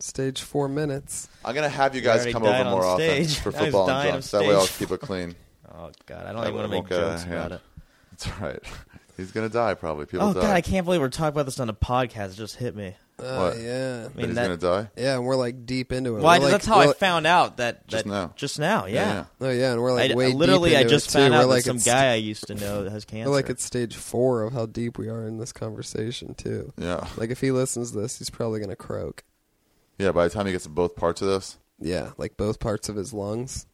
stage four minutes.
I'm gonna have you guys
already
come
died
over
on
more often
stage.
for
I was
football and
dying on
jumps. That way I'll
stage.
keep it clean.
Oh God, I don't even want to
won't
make
get out of
jokes about
hand.
it.
That's all right. He's gonna die probably. People
Oh
die.
God, I can't believe we're talking about this on a podcast. It just hit me.
Uh,
What?
Yeah.
But he's
that-
gonna die.
Yeah, and we're like deep into it.
Well, I,
We're, like,
that's how
we're
I
like-
found out that, that
Just now.
Just now, yeah.
Yeah,
Oh yeah, and we're
I,
like
I
way
literally,
deep
I
into
just
it,
found
too.
out
we're like
that some
at
guy I used to know has cancer.
We're like at stage four of how deep we are in this conversation too.
Yeah.
Like if he listens to this, he's probably gonna croak.
Yeah. By the time he gets to both parts of this,
Yeah, like both parts of his lungs.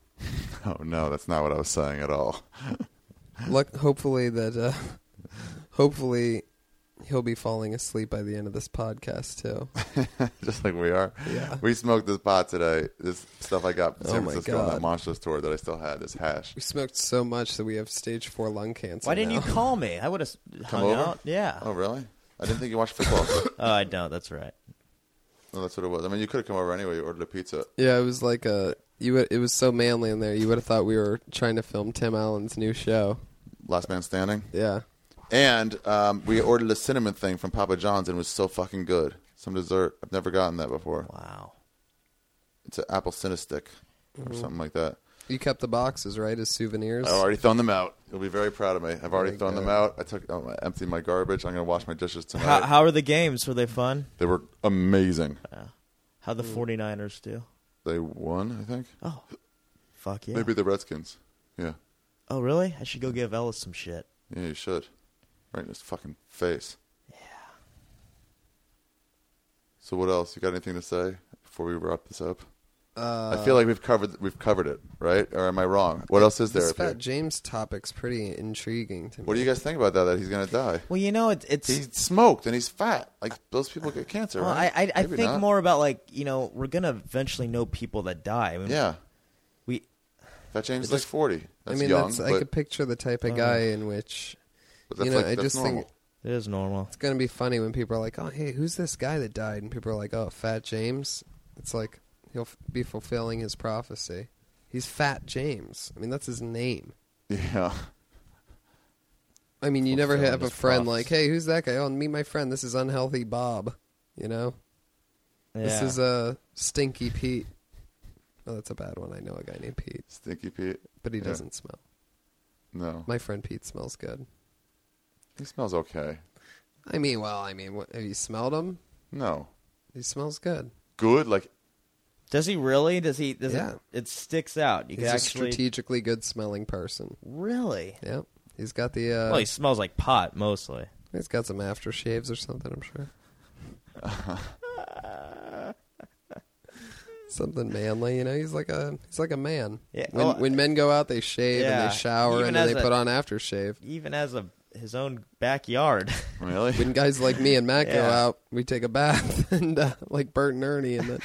oh no, that's not what I was saying at all.
Luck, hopefully that. Uh, hopefully, he'll be falling asleep by the end of this podcast too.
Just like we are.
Yeah.
We smoked this pot today. This stuff I got from
Oh,
San
my
Francisco on that
God.
monstrous tour that I still had. This hash.
We smoked so much that we have stage four lung cancer.
Why didn't you
now.
call me? I would have hung
over?
out. Yeah.
Oh
Oh,
really? I didn't think you watched football.
I don't. That's right.
no, that's what it was. I mean, you could have come over anyway. You ordered a pizza.
Yeah, it was like a. You would, it was so manly in there. You would have thought we were trying to film Tim Allen's new show.
Last man standing.
Yeah.
And um, we ordered a cinnamon thing from Papa John's, and it was so fucking good. Some dessert. I've never gotten that before.
Wow.
It's an apple cinnamon stick or something like that.
You kept the boxes, right, as souvenirs?
I've already thrown them out. You'll be very proud of me. I've already
my
thrown them out. I took, um, I emptied my garbage. I'm gonna wash my dishes tonight.
How, how are the games? Were they fun?
they were amazing.
How
Hmm.
the 49ers do?
They won, I think.
Oh, fuck yeah.
Maybe the Redskins. Yeah,
Oh, really? I should go give Ellis some shit.
yeah, you should. Right in his fucking face. Yeah. So what else? You got anything to say before we wrap this up? I
Uh,
feel like we've covered we've covered it, right? Or am I wrong? What else is there?
This
up here?
Fat James topic's pretty intriguing to me.
What do you guys think about that? That he's gonna die?
Well, you know, it, it's.
He smoked and he's fat. Like those people get cancer.
well, I,
right?
I, I
Maybe
think
not.
more about, like, you know, we're going to eventually know people that die. I mean,
Yeah.
We,
Fat James is like 40.
I
That's
mean,
young,
that's,
but,
I could picture the type
Uh,
of guy in which
but that's
you know.
like,
I
that's
just
normal.
think
it is normal.
it's gonna be funny when people are like, "Oh, hey, who's this guy that died?" and people are like, "Oh, Fat James." It's like he'll f- be fulfilling his prophecy. He's Fat James. I mean, that's his name.
Yeah.
I mean, you never
Fulfilling
have a
his
friend
prophecy.
like, "Hey, who's that guy?" Oh, meet my friend. This is unhealthy Bob. You know,
Yeah.
this is a stinky Pete. Oh, that's a bad one. I know a guy named Pete,
Stinky Pete.
but he
Yeah.
doesn't smell.
No.
My friend Pete smells good.
he smells okay.
I mean, well, I mean, what, have you smelled him?
No.
He smells good.
Good. Like,
Does he really? Does he? Does
Yeah.
it, it sticks out. You
He's
can
a
actually
strategically good smelling person.
really.
Yep. He's got the uh,
Well, he smells like pot mostly.
he's got some aftershaves or something, I'm sure. something manly. You know, he's like a he's like a man.
Yeah,
When,
well,
when men go out, they shave and
yeah,
they shower
even
and then
as
they
a-
put on aftershave.
Even as a his own backyard.
Really?
When guys like me and Matt go
Yeah.
out, we take a bath and uh, like Bert and Ernie, and then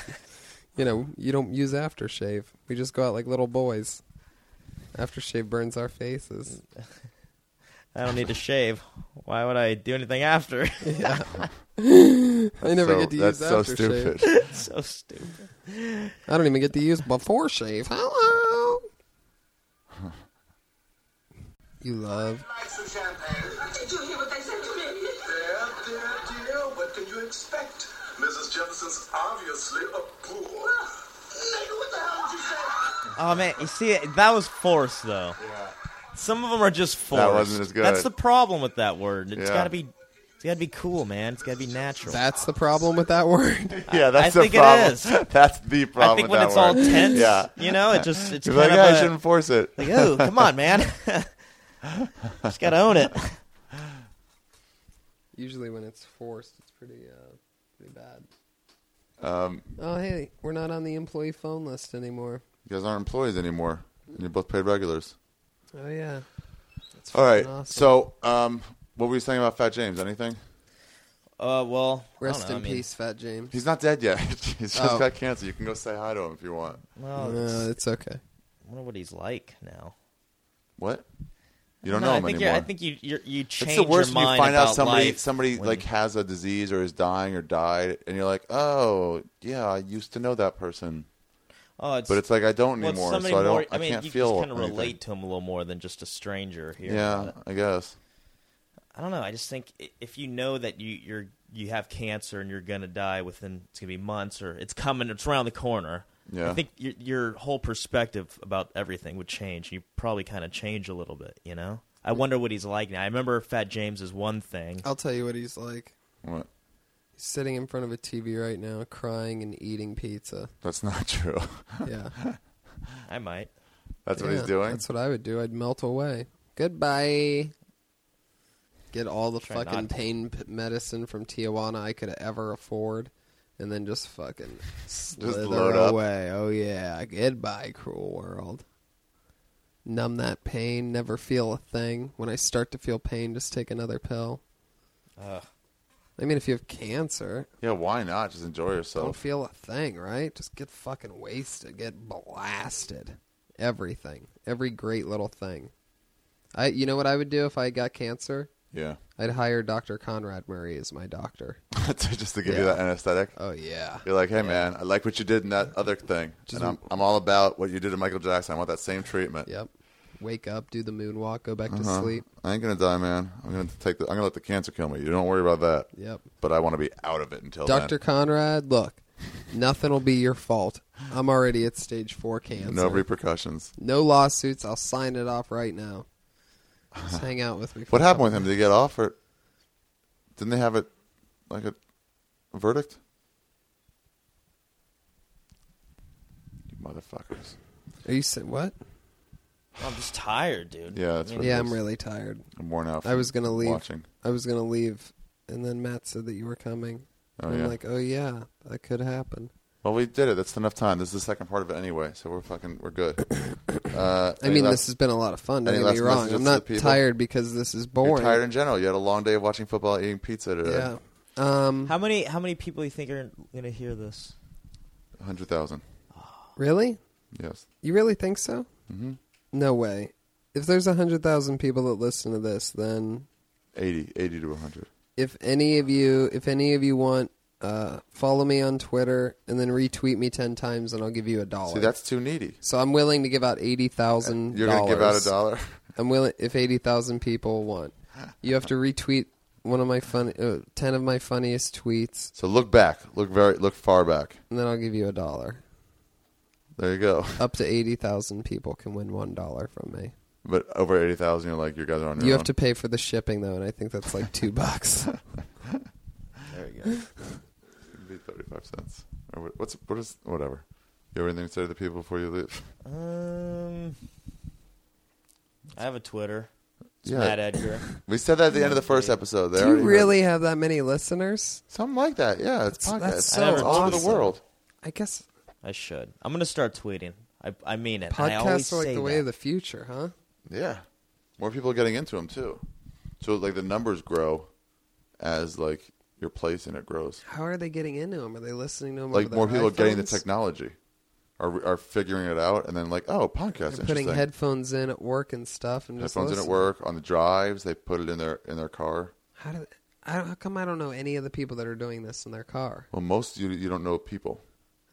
you know you don't use aftershave. We just go out like little boys. Aftershave burns our faces.
I don't need to shave. Why would I do anything after?
I never
so,
get to
that's
use
so
aftershave.
stupid.
so stupid.
I don't even get to use before shave. Hello. You love
Like some champagne.
Did you hear what they said to me?
Dear, dear, dear, what can you expect? Mrs. Jefferson's obviously a fool.
Nigga, what the hell did you say?
Oh man, you see that was forced though. Some of them are just forced.
That wasn't as good.
That's the problem with that word. It's
Yeah.
got to be it's got to be cool, man. It's got to be natural.
That's the problem with that word.
yeah, that's the
think it
problem.
is.
That's the problem.
I think
with
when
that
it's
word.
all tense,
yeah.
you know, it just it's
You're
kind
like,
of
"Yeah, I
a-
shouldn't force it.
like, oh, come on, man. just got to own it.
Usually, when it's forced, it's pretty, uh, pretty bad. Um, oh, hey, we're not on the employee phone list anymore.
You guys aren't employees anymore. And you're both paid regulars.
Oh yeah,
All right.
awesome.
So, um, what were you saying about Fat James? Anything?
Uh, well, I don't
rest
know,
in
I mean,
peace, Fat James.
He's not dead yet. He's just
Oh.
got cancer. You can go say hi to him if you want.
Well, Oh, it's-
No, Uh, it's okay.
I wonder what he's like now.
What? You don't
No,
know
I
him
think
anymore.
You're, I think you you're, you change
it's the worst
your
when
mind
you find out
about
somebody
life
somebody
when-
like has a disease or is dying or died, and you're like, oh yeah, I used to know that person,
Oh, it's,
but it's like I don't
well, it's
anymore, so
somebody
I don't.
more-
I,
mean,
can't
you
feel.
just kind of
anything.
relate to him a little more than just a stranger here. about
Yeah,
it.
I guess.
I don't know. I just think i- if you know that you you're you have cancer and you're gonna die within it's gonna be months or it's coming, it's around the corner.
Yeah.
I think your your whole perspective about everything would change. You probably kind of change a little bit. You know. I wonder what he's like now. I remember Fat James is one
Uh,
thing.
I'll tell you what he's like.
What?
He's sitting in front of a TV right now, crying and eating pizza.
That's not true.
Yeah,
I might.
that's what
Yeah,
he's doing.
That's what I would do. I'd melt away. Goodbye. Get all the
Try not
fucking
to.
pain p- medicine from Tijuana I could ever afford, and then just fucking slither
load up.
away. Oh yeah, goodbye, cruel world. Numb that pain. Never feel a thing. When I start to feel pain, just take another pill. I mean, if you have cancer,
Yeah, why not? Just enjoy
don't
yourself.
feel a thing, right? Just get fucking wasted, get blasted. Everything, every great little thing. I, you know what I would do if I got cancer?
Yeah,
I'd hire Dr. Conrad Murray as my doctor.
To- just to give you
Yeah.
that anesthetic.
Oh yeah,
You're like, hey man, I like what you did in that other thing, and I'm, I'm all about what you did to Michael Jackson. I want that same treatment.
yep. Wake up, do the moonwalk, go back
Uh-huh.
to sleep.
I ain't gonna die, man. I'm gonna take the. I'm gonna let the cancer kill me. You don't worry about that.
Yep.
But I want to be out of it until
Dr.
Doctor.
Conrad, look, nothing will be your fault. I'm already at stage four cancer.
No repercussions.
No lawsuits. I'll sign it off right now. Just hang out with me. for
What
a
happened
couple-
with him? Did he get off or didn't they have it like a, a verdict? You motherfuckers.
Are you sa- what?
I'm just tired, dude.
Yeah, that's
I
what
mean,
it is.
Yeah, I'm really tired.
I'm worn out.
I was gonna leave.
Watching.
I was gonna leave, and then Matt said that you were coming.
Oh,
And I'm
yeah.
like, oh yeah, that could happen.
Well, we did it. That's enough time. This is the second part of it anyway, so we're fucking we're good. Uh,
I
any
mean,
last-
this has been a lot of fun. Don't
any
get me
last
wrong.
messages
I'm
to the
not
people?
tired because this is boring.
You're tired in general. You had a long day of watching football, eating pizza today.
yeah. Um.
How many how many people do you think are gonna hear this?
hundred thousand.
really?
Yes.
You really think so? Mm-hmm. No way. If there's a hundred thousand people that listen to this, then
80, 80 to 100.
if any of you, if any of you want. Uh, follow me on Twitter and then retweet me ten times, and I'll give you a dollar.
See, that's too needy.
so I'm willing to give out eighty thousand.
You're going to give out a dollar?
I'm willing if eighty thousand people want. You have to retweet one of my fun, uh, ten of my funniest tweets,
So look back. Look very look far back.
and then I'll give you a dollar.
There you go.
Up to eighty thousand people can win one dollar from me.
But over 80,000, you're like, you guys are on your
You
own.
have to pay for the shipping though, and I think that's like two bucks.
There you go. It'd be 35 cents. Or what- what's, what is, whatever. You have anything to say to the people before you leave?
Um, I have a Twitter. It's
Yeah.
Matt Edgar.
We said that at the end of the first episode. They
Do you
already had-
really have that many listeners?
Something like that. Yeah, it's podcast.
that's
It's
so
all over the
awesome.
world.
I guess
I should. I'm gonna start tweeting. I I mean it. I always
Podcasts are like
say
the way
that.
of the future, huh?
Yeah, more people are getting into them too. So like the numbers grow as like your place in it grows.
How are they getting into them? Are they listening to them?
Like more people are getting the
technology.
technology, are are figuring it out, and then like oh podcast
They're putting
interesting.
headphones in at work and stuff, and just
Headphones in at
listen.
work on the drives. They put it in their in their car.
How do I don't, how come I don't know any of the people that are doing this in their car?
Well, most you you don't know people.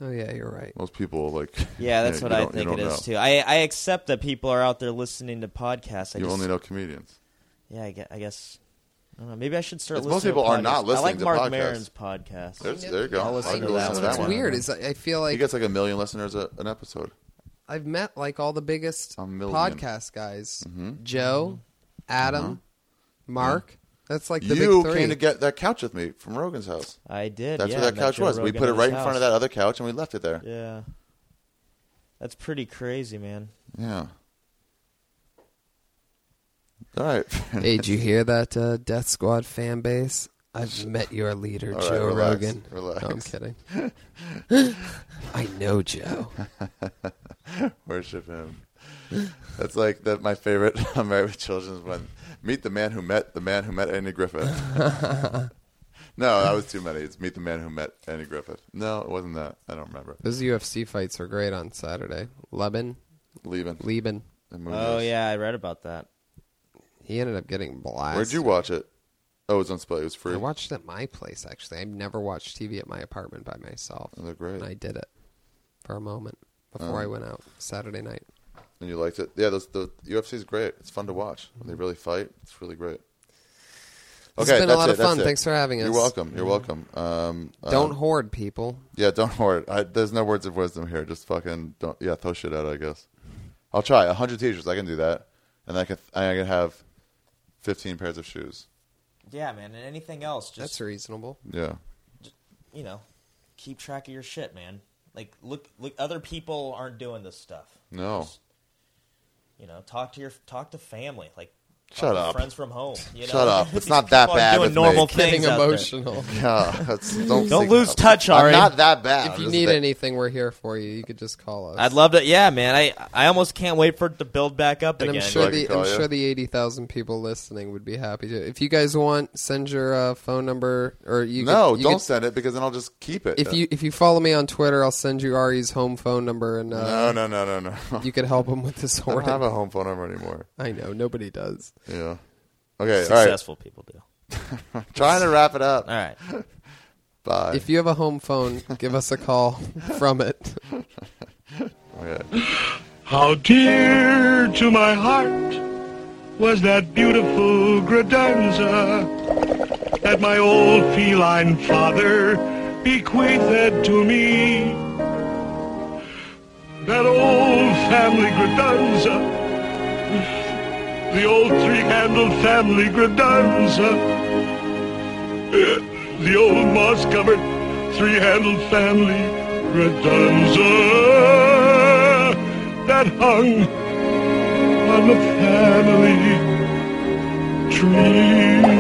Oh yeah, you're right.
Most people like
Yeah, that's
you
what
don't-
I
you
think
don't
it is
know.
too. I I accept that people are out there listening to podcasts. I
You
just,
only know comedians.
Yeah, I guess. I, guess I don't know. Maybe I should start.
It's
listening
most
to
people are not
podcasts.
listening
I like
to
Mark
podcasts.
Maron's podcast.
There's, there you go.
I'll listen
I'd
to
go
that
listen to
That's
one.
what's
that one.
weird is I, I feel
He
like
gets like a million listeners a, an episode.
I've met like all the biggest
A million. Mm-hmm. Uh-huh.
podcast guys: Joe, Adam, Mark. That's like the
you
big three.
came to get that couch with me from Rogan's house.
I did.
That's
yeah,
where that
I met
couch
Joe
was. we
Rogan
put it
at
right in
his
front of that
house.
other couch and we left it there. Yeah.
Yeah, that's pretty crazy, man.
All right.
hey, did you hear that uh, Death Squad fan base? I've met your leader,
All right,
Joe
relax,
Rogan.
relax.
No, I'm kidding. I know Joe.
Worship him. That's like that. My favorite on Married with Children is when meet the man who met the man who met Andy Griffith. no, that was too many. It's meet the man who met Andy Griffith. No, it wasn't that. I don't remember.
Those UFC fights are great on Saturday. Lubin,
Leaving.
Lieben.
The
Oh
Munoz.
yeah, I read about that.
He ended up getting blasted.
Where'd you watch it? Oh, it was on Splay. It was free.
I watched it at my place, actually. I've never watched TV at my apartment by myself.
Oh, they're great. Uh-huh.
And I did it for a moment before I went out Saturday night.
and you liked it. Yeah, those, the UFC is great. It's fun to watch when they really fight. It's really great.
This has been a lot
it,
of fun.
it.
Thanks for having
You're
us.
welcome. You're welcome. Um, uh,
Don't hoard, people.
yeah, don't hoard. I, there's no words of wisdom here. Just fucking don't. Yeah, throw shit out. I guess. I'll try. A hundred t-shirts. I can do that, and I can. I can have fifteen pairs of shoes.
Yeah, man. And anything else? Just
That's reasonable.
Yeah.
you know, keep track of your shit, man. Like, look, look. Other people aren't doing this stuff.
No.
Just, you know, talk to your talk to family. Like, talk
Shut
to
up.
friends from home. You know?
Shut up. It's not that
Keep on
bad
Doing
with
normal
me.
things.
Getting
out there.
emotional.
Yeah. That's, don't
Don't
think-
lose touch,
I'm
Ari.
not that bad.
if you
Just
need
that-
anything, we're here for you. You could just call us.
I'd love to. Yeah, man. I I almost can't wait for it to build back up
and I'm
again.
sure
I can
the
call
I'm
you.
sure the eighty thousand people listening would be happy to. If you guys want, send your uh, phone number or you.
No,
could, you
don't
could-
send it because then I'll just keep it. Uh,
if you if you follow me on Twitter, I'll send you Ari's home phone number, and
no
uh,
no no no no.
you could help him with this
I don't have
hoarding.
a home phone number anymore.
I know nobody does.
Yeah. Okay. All right.
Successful people do.
Trying to wrap it up.
All right.
Bye.
If you have a home phone, give us a call from it.
okay.
How dear to my heart was that beautiful gradanza that my old feline father bequeathed to me. That old family gradanza, the old three-handled family gradanza, the old moss-covered three-handled family gradanza that hung on the family tree.